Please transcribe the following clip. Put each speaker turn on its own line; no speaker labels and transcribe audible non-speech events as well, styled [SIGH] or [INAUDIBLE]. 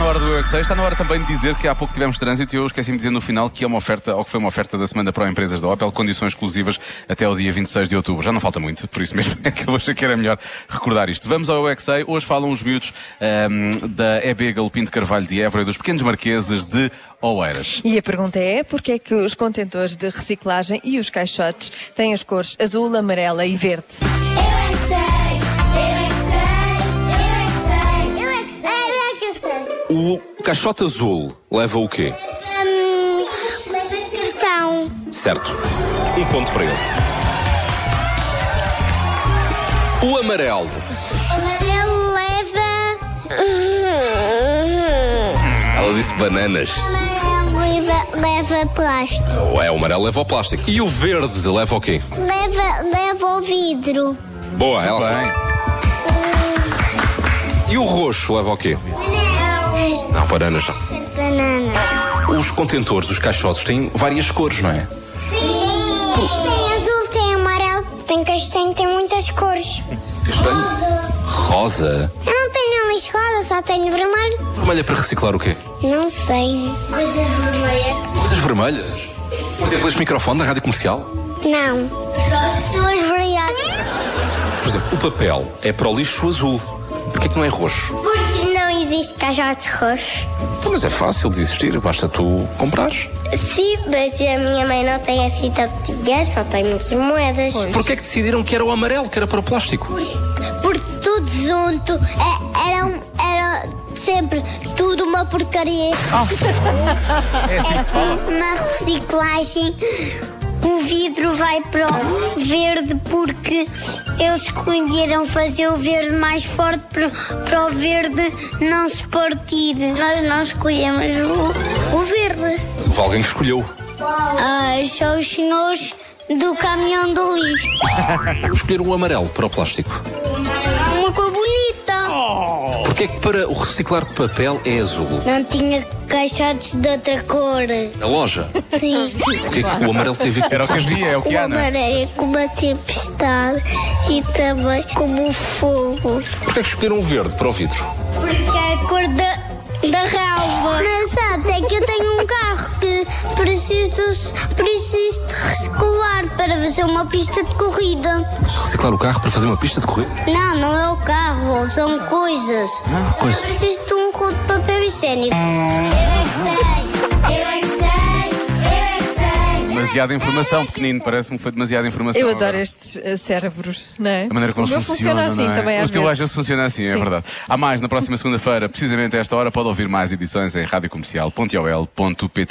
hora do Eu é que Sei. Está na hora também de dizer que há pouco tivemos trânsito e eu esqueci-me de dizer no final que é uma oferta, ou que foi uma oferta da Semana para Empresas da Opel, condições exclusivas até o dia 26 de outubro. Já não falta muito, por isso mesmo [LAUGHS] é que eu achei que era melhor recordar isto. Vamos ao Eu é que Sei. Hoje falam os miúdos ahm, da EB Galopim de Carvalho de Évora e dos Pequenos Marqueses de Oeiras.
E a pergunta é: porquê é que os contentores de reciclagem e os caixotes têm as cores azul, amarela e verde?
Eu é que sei, eu é que sei, eu é que sei, eu é que sei, eu é que sei.
O caixote azul leva o quê?
Hum, mas a cartão.
Certo. Um ponto para ele. O amarelo.
Amarelo leva.
Ela disse bananas.
Amarelo leva, leva plástico.
É, o amarelo leva o plástico. E o verde leva o quê?
Leva, leva o vidro.
Boa, ela sabe.
Bem.
E o roxo leva o quê?
Não.
Não, bananas não.
Banana.
Os contentores, os caixotes, têm várias cores, não é?
Tem azul, tem amarelo, tem castanho, tem muitas cores.
Castanho. Rosa.
Eu não tenho uma escola, só tenho vermelho.
Vermelha para reciclar o quê?
Não sei. Coisas vermelhas.
Coisas vermelhas. Por exemplo, este microfone da rádio comercial.
Não. é Só estou esfriadas.
Por exemplo, o papel é para o lixo azul. Porquê que não é roxo?
Porque não existe caixote roxo.
Então, Mas é fácil de existir, basta tu comprares.
Sim, mas a minha mãe não tem assim tanto dinheiro, só tem muitas moedas.
Porquê é que decidiram que era o amarelo, que era para o plástico?
Porque tudo junto é- era, um- era sempre tudo uma porcaria.
[LAUGHS] É assim que se fala.
Na reciclagem, o vidro vai para o verde porque eles escolheram fazer o verde mais forte para, para o verde não se partir. Nós não escolhemos o, o verde.
Houve alguém que escolheu.
Ah, são os senhores do caminhão do lixo.
Escolheram o amarelo para o plástico.
Uma cor bonita.
Porquê é que para o reciclar papel é azul?
Não tinha caixotes de outra cor.
Na loja.
Sim.
[LAUGHS]
Porquê é que o amarelo teve a ver
Era o
com
que
o plástico?
havia, é o que há,
Uma
não é?
maré como a tempestade e também como o fogo.
Porquê é que escolheram o verde para o vidro?
Porque é a cor da, da relva. Mas sabes, é que eu tenho um carro que preciso, preciso de rescolar para fazer uma pista de corrida.
Reciclar o carro para fazer uma pista de correr?
Não, não é o carro, são coisas.
Ah, coisa.
Eu preciso de um rolo de papel higiênico. Eu é que sei, eu é que sei, eu é que sei.
Demasiada informação, pequenino, parece-me que foi demasiada informação.
Eu adoro
agora.
estes eh, cérebros, não é?
A maneira como
o meu
eles funcionam.
funciona assim
não é?
também
o
às
teu às
vezes.
vezes funciona assim, é
Sim.
verdade. Há mais na próxima segunda-feira, precisamente a esta hora, pode ouvir mais edições em radiocomercial.ol.pt.